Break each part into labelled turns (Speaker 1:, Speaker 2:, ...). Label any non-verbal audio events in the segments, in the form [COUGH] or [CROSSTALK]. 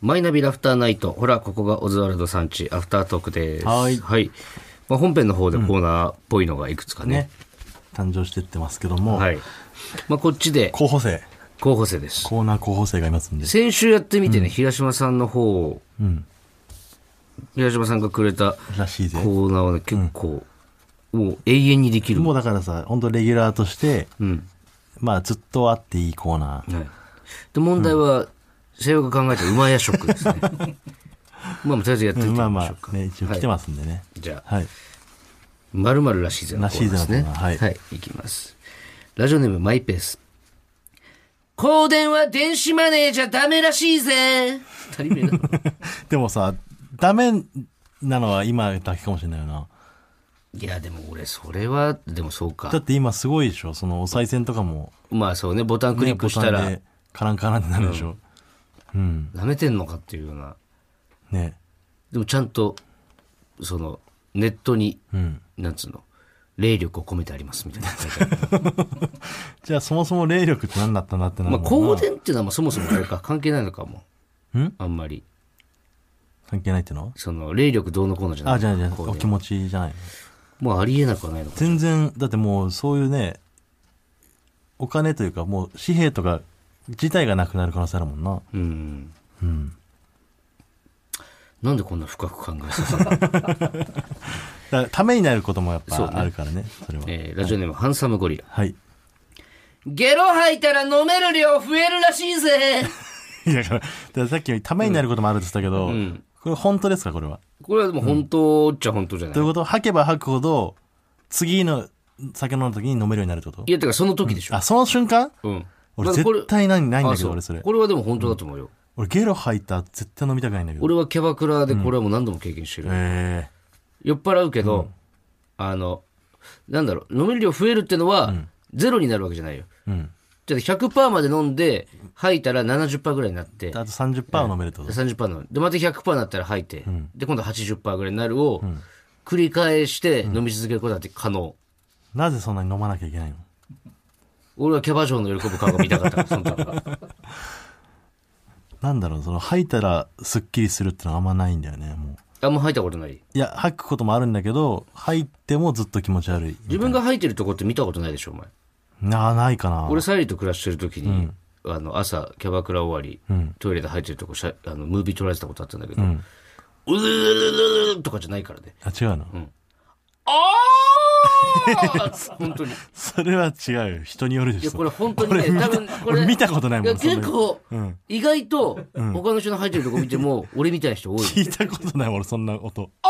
Speaker 1: マイナビラフターナイト。ほら、ここがオズワルドさんち、アフタートークです。
Speaker 2: はい
Speaker 1: まあ、本編の方でコーナーっぽいのがいくつかね
Speaker 2: ね。誕生してってますけども、
Speaker 1: はい。まあ、こっちで
Speaker 2: 候補生
Speaker 1: 候補生です。
Speaker 2: コーナー候補生がいますんで
Speaker 1: 先週やってみてね、平島さんの方を、
Speaker 2: うん
Speaker 1: 平島さんがくれた
Speaker 2: らしいぜ
Speaker 1: コーナーはね、結構、もう永遠にできる。
Speaker 2: もうだからさ本当レギュラーとして、
Speaker 1: うん。
Speaker 2: まあずっとあっていいコーナー
Speaker 1: はい。で、問題は、西洋が考えた馬屋食ですね。
Speaker 2: [LAUGHS]
Speaker 1: まあ、とりあえずやってみてみ
Speaker 2: まあ
Speaker 1: ましょ
Speaker 2: ま
Speaker 1: うか。
Speaker 2: あ、ね、一応来てますんでね、
Speaker 1: じゃあ、
Speaker 2: はい
Speaker 1: まるまるらしいぜのコーナーですね。
Speaker 2: らしいぜのコーナーはい
Speaker 1: いきます。ラジオネームマイペース。香典は電子マネーじゃダメらしいぜ。足りねえな
Speaker 2: [LAUGHS] でもさダメなのは今だけかもしれないよない
Speaker 1: や、でも俺、それは、でもそう
Speaker 2: だ
Speaker 1: か
Speaker 2: っ。て今すごいでしょそのお賽銭とかも、
Speaker 1: まあそうね、ボタンクリックした
Speaker 2: ボタン
Speaker 1: ら
Speaker 2: で、カランカランってなるでしょうん、
Speaker 1: 舐めてんのかっていうような。
Speaker 2: ね
Speaker 1: でもちゃんと、その、ネットに、
Speaker 2: うん
Speaker 1: なんつうの、霊力を込めてありますみたい
Speaker 2: [LAUGHS]
Speaker 1: な。
Speaker 2: じゃあそもそも霊力って何だったんだってな
Speaker 1: まあ、
Speaker 2: るもんな
Speaker 1: 香典っていうのはまあそもそもあれか、関係ないのかも。
Speaker 2: ん
Speaker 1: あんまり。
Speaker 2: 関係ないっての
Speaker 1: その、霊力どうのこうのじゃない
Speaker 2: あじゃあじゃ
Speaker 1: 香
Speaker 2: あ
Speaker 1: 典
Speaker 2: お気持ちじゃない
Speaker 1: もうありえなくはないのか。
Speaker 2: 全然だってもうそういうねお金というかもう紙幣とか自体がなくなる可能性あるもんな
Speaker 1: うん。
Speaker 2: うん
Speaker 1: なんでこんな深く考えさせたの、 [LAUGHS]
Speaker 2: だからためになることもやっ
Speaker 1: そうね
Speaker 2: ぱあるからねそれは
Speaker 1: えーラジオネーム、ハンサムゴリラ。
Speaker 2: はい [LAUGHS]
Speaker 1: ゲロ吐いたら飲める量増えるらしいぜ。
Speaker 2: いやだからだからさっきためになることもあるって言ったけど、
Speaker 1: ん
Speaker 2: これ本当ですかこれは
Speaker 1: これはでも本当っちゃ本当じゃない。
Speaker 2: ということは吐けば吐くほど次の酒飲んだ時に飲めるようになるってこと
Speaker 1: いや、てかその時でしょ。
Speaker 2: あその瞬間
Speaker 1: うん。
Speaker 2: 俺
Speaker 1: まずこれ
Speaker 2: 絶対ないないんだけ
Speaker 1: あ
Speaker 2: ど
Speaker 1: う
Speaker 2: 俺それ
Speaker 1: これはでも本当だと思うよ。
Speaker 2: 俺ゲロ吐いたら絶対飲みたくないんだけど
Speaker 1: 俺はキャバクラでこれはもう何度も経験してる。
Speaker 2: え
Speaker 1: 酔っ払うけど、あの、なんだろう、飲める量増えるってのは、ゼロになるわけじゃないよ。
Speaker 2: えうん
Speaker 1: じゃあ100%まで飲んで、吐いたら70%ぐらいになって
Speaker 2: あ、と30%飲めるってこと、
Speaker 1: 30%なの。で、また100%になったら吐いて、で、今度80%ぐらいになるを、繰り返して飲み続けることだって可能。
Speaker 2: なぜそんなに飲まなきゃいけないの
Speaker 1: 俺はキャバ嬢の喜ぶ顔が見たかった、その時は。
Speaker 2: なんだろうその吐いたらすっきりするってのはあんまないんだよねも
Speaker 1: あんま吐いたことない。
Speaker 2: ういや吐くこともあるんだけど吐いてもずっと気持ち悪い
Speaker 1: 自分が吐いてるとこって見たことないでしょ、お前。
Speaker 2: なあないかな
Speaker 1: 俺、サイリーと暮らしてる時に、あの、朝、キャバクラ終わり、
Speaker 2: うん
Speaker 1: トイレで吐いてるとこ、しゃあのムービー撮られてたことあったんだけど、う
Speaker 2: うん
Speaker 1: るるるるるるとかじゃないからね。
Speaker 2: あ違うの、
Speaker 1: あー本当に。い
Speaker 2: それは違うよ人によるでし
Speaker 1: や、
Speaker 2: ょ
Speaker 1: これ本当にね、多分、これ。
Speaker 2: 俺見たことない
Speaker 1: い
Speaker 2: も
Speaker 1: や
Speaker 2: んそんな
Speaker 1: 結
Speaker 2: に
Speaker 1: 構、
Speaker 2: うん
Speaker 1: 意外と、他の人の入ってるとこ見て
Speaker 2: [LAUGHS]
Speaker 1: も、俺みたいな人多い。
Speaker 2: 聞いたことない俺そんな音
Speaker 1: あ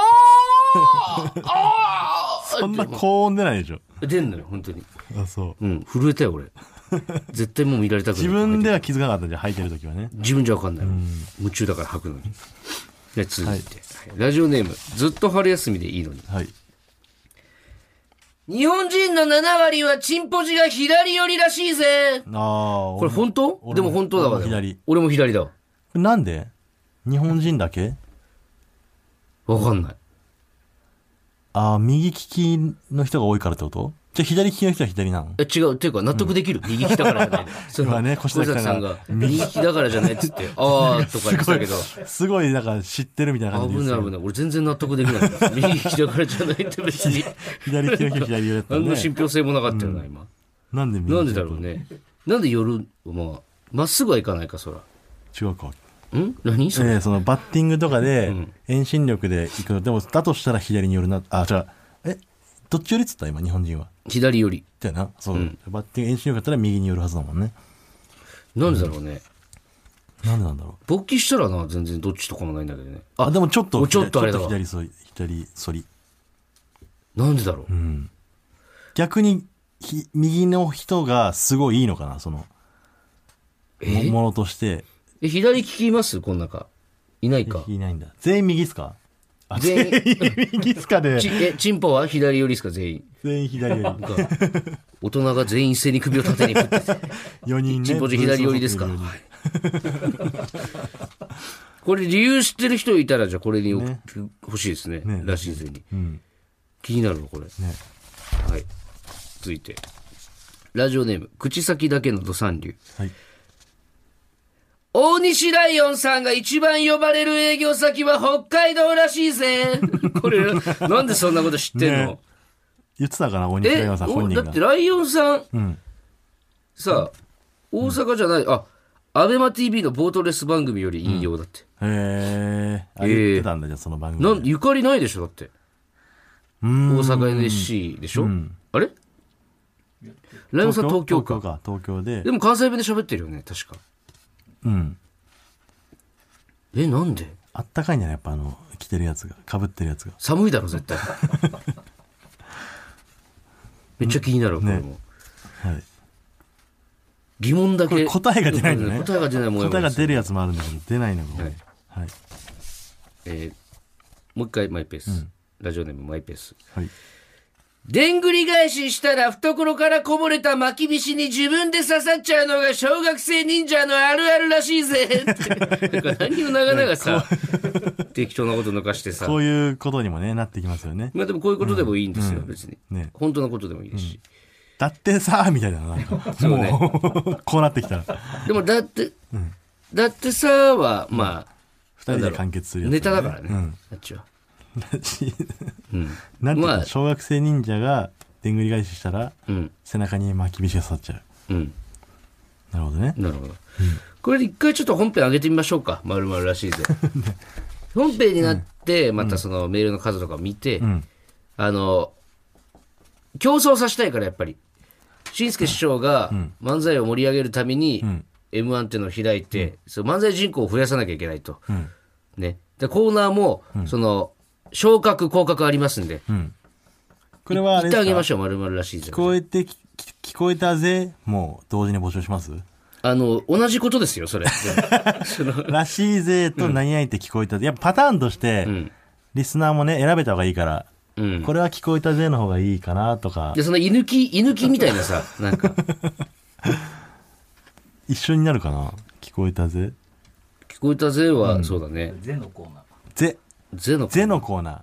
Speaker 1: ー [LAUGHS] あー
Speaker 2: そんな高音出ないでしょ
Speaker 1: 出んのよ、本当に。
Speaker 2: あそう
Speaker 1: うん、震えたよ、俺。絶対もう見られたくない。
Speaker 2: 自分では気づかなかったじゃん吐いてる時はね
Speaker 1: 自分じゃわかんないもん。夢中だから吐くのに。で、続いて、ラジオネーム、ずっと春休みでいいのに。
Speaker 2: はい
Speaker 1: 日本人の7割はチンポジが左寄りらしいぜ。
Speaker 2: ああ
Speaker 1: これ本当
Speaker 2: 俺も
Speaker 1: でも本当だわ。
Speaker 2: 俺も左
Speaker 1: でも俺も左だわ。
Speaker 2: なんで日本人だけ
Speaker 1: わかんない。
Speaker 2: ああ右利きの人が多いからってことじゃあ左利きの人は左なの
Speaker 1: え違う、っていうか納得できる。右利きだからじゃない。その
Speaker 2: [LAUGHS] 今ね
Speaker 1: 小
Speaker 2: 越崎さん
Speaker 1: 崎
Speaker 2: が
Speaker 1: さんが、右利きだからじゃないっつって、あーとか言ってたけど、
Speaker 2: [LAUGHS] すごい、なんか知ってるみたいな感
Speaker 1: 危
Speaker 2: じで言
Speaker 1: ない
Speaker 2: って
Speaker 1: 危ない。俺全然納得できない。右利きだからじゃないって別
Speaker 2: [LAUGHS]
Speaker 1: に、
Speaker 2: たよ左利きの人、左利きだったら
Speaker 1: 何の
Speaker 2: ね。
Speaker 1: 信憑性もなかったよな、今。
Speaker 2: なんで右
Speaker 1: な
Speaker 2: 利
Speaker 1: ん
Speaker 2: き
Speaker 1: でだろうね。なんで夜、まあ、まっすぐはいかないか、そら。
Speaker 2: 違うか。
Speaker 1: ん何それ
Speaker 2: ええ、そのバッティングとかで、遠心力で行くの。でも、だとしたら左によるな。あ、じゃあ、え、どっちよりっつった今、日本人は。
Speaker 1: 左寄り。
Speaker 2: だよな。そう。バッティング、遠心力だったら右によるはずだもんね。
Speaker 1: なんでだろうね。
Speaker 2: なんでなんだろう。
Speaker 1: 勃起したらな、全然どっちとかもないんだけどね。
Speaker 2: あ、
Speaker 1: あ、
Speaker 2: でもちょっと、
Speaker 1: ちょっとあれだわ
Speaker 2: 左反り、左反り。
Speaker 1: なんでだろう。
Speaker 2: うん。逆に、ひ右の人がすごいいいのかな、その、も
Speaker 1: え
Speaker 2: ものとして。
Speaker 1: え左利きいますこの中。いないか。
Speaker 2: いないんだ。全員右っすかあ
Speaker 1: 全員
Speaker 2: 右っすかで
Speaker 1: ち、え、チンポは左寄りですか、全員。
Speaker 2: 全員左寄り。
Speaker 1: 大人が全員一斉に首を縦に振ってて
Speaker 2: 4人ね。
Speaker 1: チンポジ左寄りですか。
Speaker 2: 分散
Speaker 1: はいこれ理由知ってる人いたら、じゃあこれに送ってほしいですね。
Speaker 2: ね
Speaker 1: らしいぜに。
Speaker 2: ん
Speaker 1: 気になるわ、これ。
Speaker 2: ね
Speaker 1: はい。続いて。ラジオネーム、口先だけの土産流。
Speaker 2: はい。
Speaker 1: お大西ライオンさんが一番呼ばれる営業先は北海道らしいぜ。 [LAUGHS] これ、なんでそんなこと知ってんの、
Speaker 2: ね言ってたかな、大西ラ
Speaker 1: え
Speaker 2: イオンさん
Speaker 1: お
Speaker 2: 本人
Speaker 1: だ
Speaker 2: が
Speaker 1: って。ライオンさん、
Speaker 2: ん
Speaker 1: さあ、大阪じゃない、あ、アベマ TV のボートレース番組より引用だって。
Speaker 2: へえ。あ、
Speaker 1: ええ
Speaker 2: 言ってたんだ、じゃあその番組で。
Speaker 1: なんゆかりないでしょ、だって。
Speaker 2: う
Speaker 1: 大
Speaker 2: ん
Speaker 1: 阪 NSC でしょ、あれライオンさん東京か。
Speaker 2: 東京か。東京で
Speaker 1: で。も関西弁で喋ってるよね、確か。
Speaker 2: うん。
Speaker 1: え、なんで
Speaker 2: あったかいんじゃないやっぱあの、着てるやつが、被ってるやつが。
Speaker 1: 寒いだろ、絶
Speaker 2: [LAUGHS]
Speaker 1: 対。めっちゃ気になるわ、これも。
Speaker 2: はい。
Speaker 1: 疑問だ
Speaker 2: これ
Speaker 1: け。
Speaker 2: 答えが出ないんだね。
Speaker 1: 答えが出ないもん
Speaker 2: 答えが出るやつもあるんだけど、出ないのが多い。はい。
Speaker 1: えーもう一回マイペース、ラジオネームマイペース
Speaker 2: はい。
Speaker 1: でんぐり返ししたら懐からこぼれた巻き菱に自分で刺さっちゃうのが小学生忍者のあるあるらしい [LAUGHS] ぜってなんか何を長々さ [LAUGHS] 適当なこと抜かしてさ
Speaker 2: こういうことにもね、なってきますよね。
Speaker 1: まあでもこういうことでもいいんですよ、別に、
Speaker 2: ね
Speaker 1: 本当のことでもいいですし、
Speaker 2: だってさーみたいな、なんか。
Speaker 1: そうね
Speaker 2: もう、 [LAUGHS] こうなってきたら、
Speaker 1: でもだって、だってさはまあ
Speaker 2: 二人で完結するやつ、
Speaker 1: ネタだからね、あっちは、うん、
Speaker 2: [LAUGHS] なんていうか、
Speaker 1: まあ
Speaker 2: 小学生忍者が、でんぐり返ししたら、
Speaker 1: うん
Speaker 2: 背中に巻き菱が刺さっちゃう。
Speaker 1: うん
Speaker 2: なるほどね。
Speaker 1: なるほど。これで一回ちょっと本編上げてみましょうか。まるまるらしい
Speaker 2: [LAUGHS]
Speaker 1: ぜ。本編になって、またそのメールの数とか見て、
Speaker 2: ん
Speaker 1: あの、競争させたいからやっぱり。紳助師匠が漫才を盛り上げるために、M1 っていうのを開いて、その漫才人口を増やさなきゃいけないと。ね。で、コーナーも、その、昇格、降格ありますんで、
Speaker 2: これはあ
Speaker 1: 言
Speaker 2: れ
Speaker 1: っ
Speaker 2: で
Speaker 1: てあ
Speaker 2: す
Speaker 1: げま
Speaker 2: か
Speaker 1: しょう、まるまるらしいぜ
Speaker 2: 聞。こえてき、き聞こえたぜ、もう同時に募集
Speaker 1: [LAUGHS]
Speaker 2: します
Speaker 1: あの、同じことですよ、それ。その
Speaker 2: らしいぜと何々って聞こえたぜ。やっぱパターンとして、
Speaker 1: ん
Speaker 2: リスナーもね、選べた方がいいから、
Speaker 1: うん。
Speaker 2: これは聞こえたぜの方がいいかなとか
Speaker 1: で、、その居抜き、居抜きみたいなさ、なんか、
Speaker 2: 一緒になるかな聞こえたぜ。
Speaker 1: 聞こえたぜは、そうだね。
Speaker 3: ゼのコーナー。
Speaker 2: ぜ、
Speaker 1: ぜの、
Speaker 2: ぜのコーナー。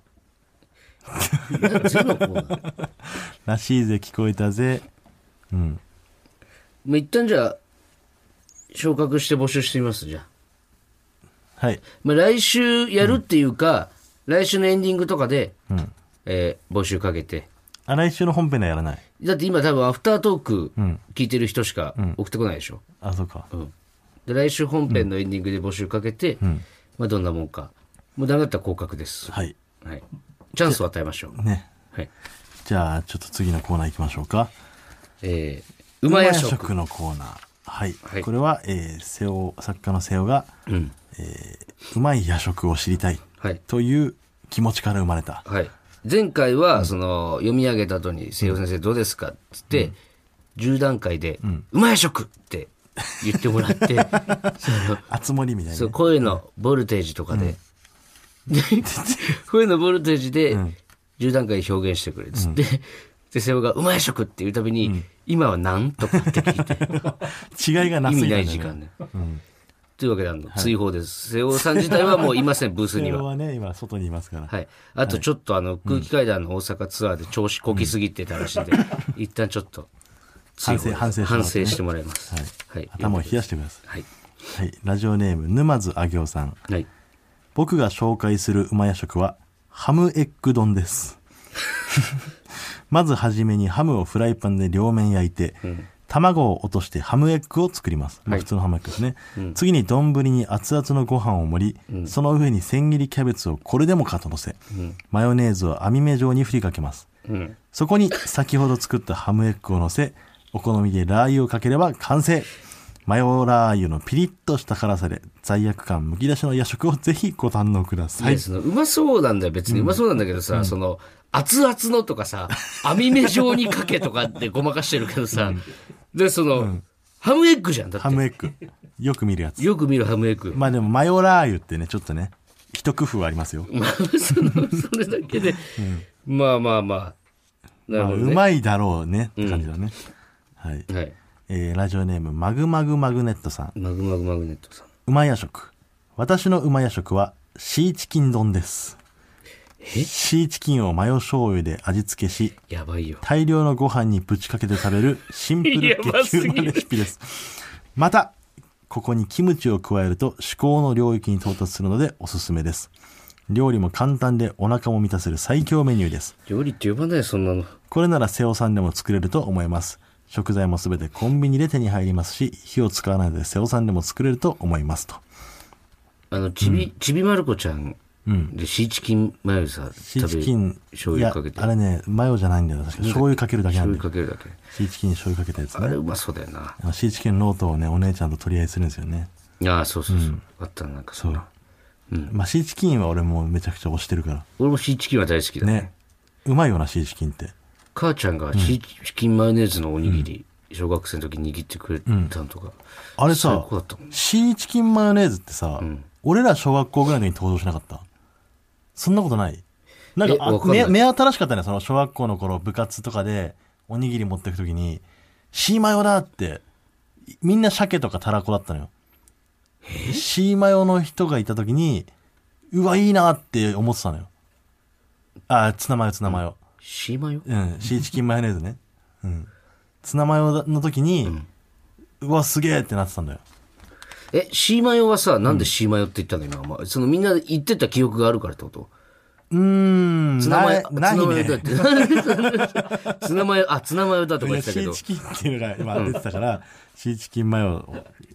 Speaker 1: [LAUGHS] ぜのコーナー。まあ
Speaker 2: らしいぜ、聞こえたぜ。うん。
Speaker 1: 一旦じゃあ、昇格して募集してみます、じゃあ。
Speaker 2: はい。
Speaker 1: まあ来週やるっていうか、来週のエンディングとかで、
Speaker 2: うん。
Speaker 1: えー募集かけて。
Speaker 2: あ、来週の本編ではやらない。
Speaker 1: だって今多分アフタートーク
Speaker 2: ん
Speaker 1: 聞いてる人しか送ってこないでしょ。
Speaker 2: あ、そうか。
Speaker 1: うん。で、来週本編のエンディングで募集かけて、まあどんなもんか。もうダメだったら降格です。
Speaker 2: はい。
Speaker 1: はい。チャンスを与えましょう。
Speaker 2: ね。
Speaker 1: はい。
Speaker 2: じゃあ、ちょっと次のコーナー行きましょうか。
Speaker 1: えー、うまや
Speaker 2: うま
Speaker 1: 食。
Speaker 2: 食のコーナー。はい。
Speaker 1: はい
Speaker 2: これは、えー、瀬尾、作家の瀬尾が、
Speaker 1: うん。
Speaker 2: うまい夜食を知りたい
Speaker 1: はい。
Speaker 2: という気持ちから生まれた。
Speaker 1: はい、前回はその読み上げた後に「西洋先生どうですか?」っつって10段階で「うまい食!」って言ってもらって [LAUGHS] その
Speaker 2: あつ森みたいな
Speaker 1: そう
Speaker 2: ね。
Speaker 1: 声のボルテージとかで、で [LAUGHS] 声のボルテージで10段階表現してくれっつって、で瀬尾が「うまい食!」っていうたびに「今は何?」とかって聞い [LAUGHS] て
Speaker 2: 違いがな
Speaker 1: 意
Speaker 2: すぎ
Speaker 1: 味
Speaker 2: たん
Speaker 1: な
Speaker 2: だよ
Speaker 1: い
Speaker 2: ね
Speaker 1: 時間ね。というわけであの、追放です瀬尾さん自体はもういませんブースに
Speaker 2: 瀬
Speaker 1: は
Speaker 2: 尾。はね、今、外にいますから。
Speaker 1: はい。あとちょっとあの、空気階段の大阪ツアーで調子こきすぎてたらしいんで、一旦ちょっと、
Speaker 2: 反省反省してもらってね
Speaker 1: 反省してもらいます。はい。
Speaker 2: 頭を冷やしてくださ
Speaker 1: はい。
Speaker 2: い。はい。ラジオネーム、沼津あげおさん。
Speaker 1: はい。
Speaker 2: 僕が紹介するうま夜食は、ハムエッグ丼です。 [LAUGHS] まずはじめにハムをフライパンで両面焼いて、卵を落としてハムエッグを作ります。まあ
Speaker 1: はい
Speaker 2: 普通のハムエッグですね。次に丼に熱々のご飯を盛り、その上に千切りキャベツをこれでもかと乗せ、マヨネーズを網目状に振りかけます。
Speaker 1: うん。
Speaker 2: そこに先ほど作ったハムエッグを乗せ、お好みでラー油をかければ完成。マヨラー油のピリッとした辛さで罪悪感むき出しの夜食をぜひご堪能ください
Speaker 1: で。そのうまそうなんだよ、別に。うまそうなんだけどさ、その、熱々のとかさ、網目状にかけとかってごまかしてるけどさ、で、その、ハムエッグじゃん、だ
Speaker 2: ハ
Speaker 1: っ
Speaker 2: ムエッグ。よく見るやつ
Speaker 1: て。。よく見るハムエッグ。
Speaker 2: まあでもマヨラー油ってね、ちょっとね、一工夫はありますよ。
Speaker 1: まあ、その、それだけで、まあまあまあ。なる
Speaker 2: まあ
Speaker 1: ほ
Speaker 2: う
Speaker 1: どね。
Speaker 2: まいだろうねって感じだね。はい。
Speaker 1: はい。
Speaker 2: えーラジオネーム、マグマグマグネットさん。
Speaker 1: マグマグマグネットさん。
Speaker 2: うま夜食。私のうま夜食は、シーチキン丼です。シーチキンをマヨ醤油で味付けし、
Speaker 1: やばいよ。
Speaker 2: 大量のご飯にぶちかけて食べるシンプル激うまレシピです。また、ここにキムチを加えると至高の領域に到達するのでおすすめです料理も簡単でお腹も満たせる最強メニューです
Speaker 1: 料理って呼ばないよそんなの
Speaker 2: これなら瀬尾さんでも作れると思います食材もすべてコンビニで手に入りますし火を使わないので瀬尾さんでも作れると思いますと
Speaker 1: あのちび、ちびまる子ちゃんでシーチキンマヨさ
Speaker 2: シー
Speaker 1: 食
Speaker 2: チ
Speaker 1: べ
Speaker 2: キン
Speaker 1: 醤
Speaker 2: い
Speaker 1: 油
Speaker 2: や
Speaker 1: かけて
Speaker 2: あれねマヨじゃないんだよ確か醤油かけるだけなん
Speaker 1: 醤
Speaker 2: だ
Speaker 1: 油
Speaker 2: よ
Speaker 1: かけるだけ
Speaker 2: シーチキンに醤油かけたやつ
Speaker 1: あれ
Speaker 2: ね
Speaker 1: うまそうだよな
Speaker 2: あのシーチキンロートをねお姉ちゃんと取り合いするんですよね
Speaker 1: ああそうそうそう、あったななんかそんな
Speaker 2: まあシーチキンは俺もうめちゃくちゃ推してるか
Speaker 1: 俺もシーチキンは大好きだ
Speaker 2: ら
Speaker 1: ね
Speaker 2: ねうまいよなシーチキンって
Speaker 1: 母ちゃんがシーチキンマヨネーズのおにぎり、小学生の時に握ってくれたのとか、
Speaker 2: あれ
Speaker 1: 最
Speaker 2: さ
Speaker 1: 高だったもん
Speaker 2: シーチキンマヨネーズってさ、俺ら小学校ぐらいの時に登場しなかったそんなことないなん
Speaker 1: え
Speaker 2: かあ
Speaker 1: わかんない
Speaker 2: 目目新しかったねその小学校の頃部活とかでおにぎり持ってく時に「シーマヨだ!」っていみんな鮭とかたらこだったのよシーマヨの人がいた時にうわいいなって思ってたのよあツナマヨツナマヨ、
Speaker 1: シーマヨ
Speaker 2: うん、シーチキンマヨネーズね。うん。ツナマヨの時に、うわ、すげえってなってたんだよ。
Speaker 1: えシーマヨはさなんでシーマヨって言ったの今、まあ、そのみんな言ってた記憶があるからってこと
Speaker 2: うーん、
Speaker 1: ツナマヨ
Speaker 2: なないね。
Speaker 1: ツナマヨだってツナマヨあツナマヨだとか言
Speaker 2: いや
Speaker 1: ってた
Speaker 2: シ
Speaker 1: けど
Speaker 2: ーチキンっていうのが今出てたから、シーチキンマヨ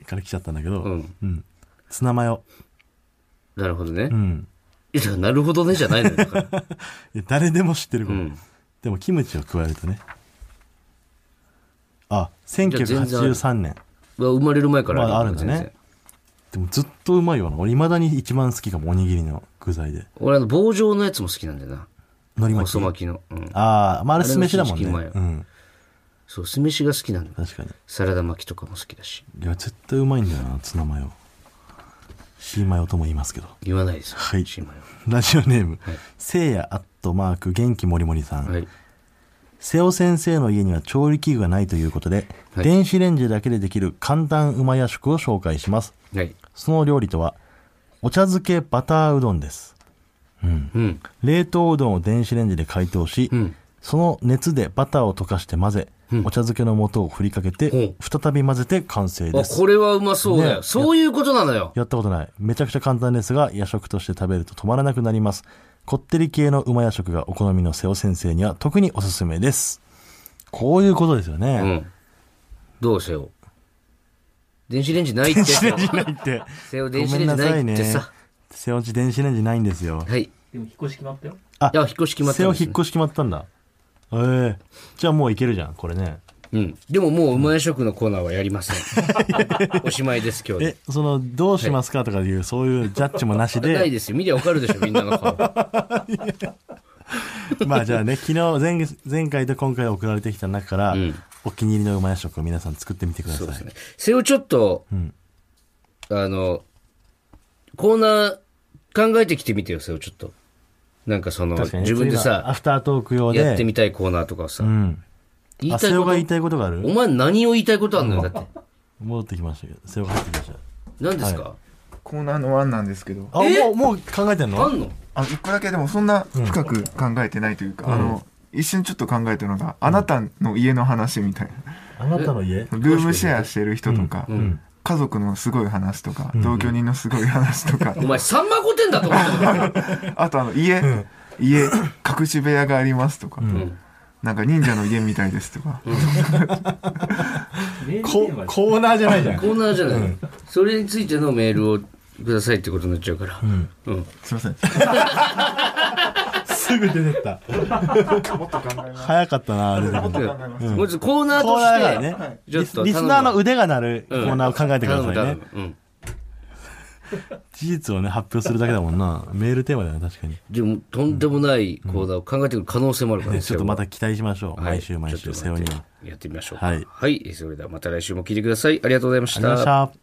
Speaker 2: から来ちゃったんだけど、うん。ツナマヨ。
Speaker 1: なるほどね、
Speaker 2: うん。
Speaker 1: いやだからなるほどねじゃないのよだ
Speaker 2: [LAUGHS]
Speaker 1: から
Speaker 2: いや誰でも知ってること、でもキムチを加えるとね。あ、1983年。
Speaker 1: 生まれる前から
Speaker 2: まだあるん
Speaker 1: の
Speaker 2: だ
Speaker 1: 全然
Speaker 2: ね。でもずっとうまいよな。俺未だに一番好きかも、おにぎりの具材で。
Speaker 1: 俺あの棒状のやつも好きなんだよな
Speaker 2: 海苔巻き
Speaker 1: 細。巻きの、うん、
Speaker 2: ああ、まあ、あれ酢飯だもんね。
Speaker 1: あれのシーチキ
Speaker 2: う
Speaker 1: ン
Speaker 2: ん。
Speaker 1: そう酢飯が好きなんだ
Speaker 2: 確かに。
Speaker 1: サラダ巻きとかも好きだし
Speaker 2: いや、絶対うまいんだよな、ツナマヨ。シーマヨとも言いますけど。
Speaker 1: 言わないですよ
Speaker 2: はい
Speaker 1: シーマヨ
Speaker 2: ラジオネーム、せいやアットマーク元気もりもりさん。
Speaker 1: はい
Speaker 2: 瀬尾先生の家には調理器具がないということで、
Speaker 1: はい
Speaker 2: 電子レンジだけでできる簡単うまや食を紹介します。
Speaker 1: はい
Speaker 2: その料理とは、お茶漬けバターうどんです。
Speaker 1: うん
Speaker 2: 冷凍うどんを電子レンジで解凍し、
Speaker 1: ん
Speaker 2: その熱でバターを溶かして混ぜ、お茶漬けの素を振りかけて、再び混ぜて完成
Speaker 1: あ
Speaker 2: です。
Speaker 1: これはうまそうだよ、
Speaker 2: ね
Speaker 1: そういうことなのよ
Speaker 2: やったことない。めちゃくちゃ簡単ですが、夜食として食べると止まらなくなります。こってり系のうま夜食がお好みの瀬尾先生には特におすすめです。こういうことです
Speaker 1: う
Speaker 2: よね。
Speaker 1: んどうせよ電子レンジないって
Speaker 2: 電子レンジないって。
Speaker 1: せよ
Speaker 2: ご
Speaker 1: 電子
Speaker 2: め
Speaker 1: レ
Speaker 2: ん
Speaker 1: ンジ
Speaker 2: な
Speaker 1: な
Speaker 2: さ
Speaker 1: い
Speaker 2: い
Speaker 1: って
Speaker 2: ね
Speaker 1: さ。
Speaker 2: 瀬尾んち電子レンジないんですよ。
Speaker 1: はいい
Speaker 3: でも引っ越し決まったよ。
Speaker 2: あ
Speaker 1: や引っ越し決まった
Speaker 2: 瀬
Speaker 1: ん
Speaker 2: 尾
Speaker 1: です
Speaker 2: 引っ越し決まったんだ。ええじゃあもういけるじゃん、これね。
Speaker 1: うん、でももううまい食のコーナーはやりませ
Speaker 2: [LAUGHS]
Speaker 1: んおしまいです今日で
Speaker 2: え、その、どうしますかとかいう、そういうジャッジもなし
Speaker 1: [LAUGHS] ない
Speaker 2: で、
Speaker 1: ですよ見りゃわかるでしょみんなの [LAUGHS] 顔
Speaker 2: まあじゃあね、昨日前、前回と今回送られてきた中から、
Speaker 1: ん
Speaker 2: お気に入りのうま夜食を皆さん作ってみてくださ
Speaker 1: そうで
Speaker 2: い
Speaker 1: す。ね瀬尾ちょっと、あのコーナー考えてきてみてよ瀬尾ちょっとなんかその
Speaker 2: 確かにね
Speaker 1: 自分で
Speaker 2: 次のア
Speaker 1: さ
Speaker 2: フタートーク用で
Speaker 1: やってみたいコーナーとかをさ、
Speaker 2: うん
Speaker 1: 言い
Speaker 2: あ
Speaker 1: たい
Speaker 2: 瀬尾
Speaker 1: こ
Speaker 2: が言い
Speaker 1: と
Speaker 2: たいことがあ
Speaker 1: お
Speaker 2: る
Speaker 1: 前何を言いたいことあんのよだって
Speaker 2: 戻ってきましたけど瀬尾が入ってきました
Speaker 1: 何ですか、
Speaker 4: コーナーのワンなんですけど、
Speaker 2: あ
Speaker 1: え
Speaker 2: もうもう考えて
Speaker 1: あ
Speaker 2: んの
Speaker 1: んの
Speaker 4: あの一個だけでもそんな深く考えてないというか、あの、一瞬ちょっと考えたのが、あなたの家の話みたい
Speaker 2: あなたの家
Speaker 4: な。ルームシェアしてる人とか、家族のすごい話とか、同居人のすごい話とか、
Speaker 1: お前さんま御殿だと思って
Speaker 2: [LAUGHS]
Speaker 1: る
Speaker 4: [LAUGHS] あとあの家、家、隠し部屋がありますとか、なんか忍者の家みたいですとか、 [LAUGHS]
Speaker 3: メール
Speaker 2: こ
Speaker 3: 電話で
Speaker 2: コーナーじゃないじゃん
Speaker 1: コーナーじゃない、それについてのメールをくださいってことになっちゃうから、うん
Speaker 4: すいません。
Speaker 2: すぐ出てった早かったな出てくるの
Speaker 1: もうちょっとコーナー
Speaker 2: コ
Speaker 1: と
Speaker 2: ーナーだ
Speaker 1: して
Speaker 2: からね
Speaker 1: ちょ
Speaker 2: リ
Speaker 1: っ
Speaker 2: ス
Speaker 1: と
Speaker 2: リスナーの腕が鳴るコーナーを考えてくだ
Speaker 1: 頼
Speaker 2: さ
Speaker 1: む
Speaker 2: いね
Speaker 1: 頼む、うん、
Speaker 2: 事実をね発表するだけだもんなメールテーマだよね確かに
Speaker 1: でもとんでもないコーナーを考えてくる可能性もあるからね、
Speaker 2: ちょっとまた期待しましょう
Speaker 1: はい
Speaker 2: 毎週毎週
Speaker 1: ち
Speaker 2: 瀬
Speaker 1: ょっ
Speaker 2: 尾
Speaker 1: と待っ
Speaker 2: に
Speaker 1: て
Speaker 2: はあ
Speaker 1: やってみましょうか
Speaker 2: はい
Speaker 1: はい、それではまた来週も聞いてくださいありがとうございまし
Speaker 2: りがとうございま
Speaker 1: た
Speaker 2: した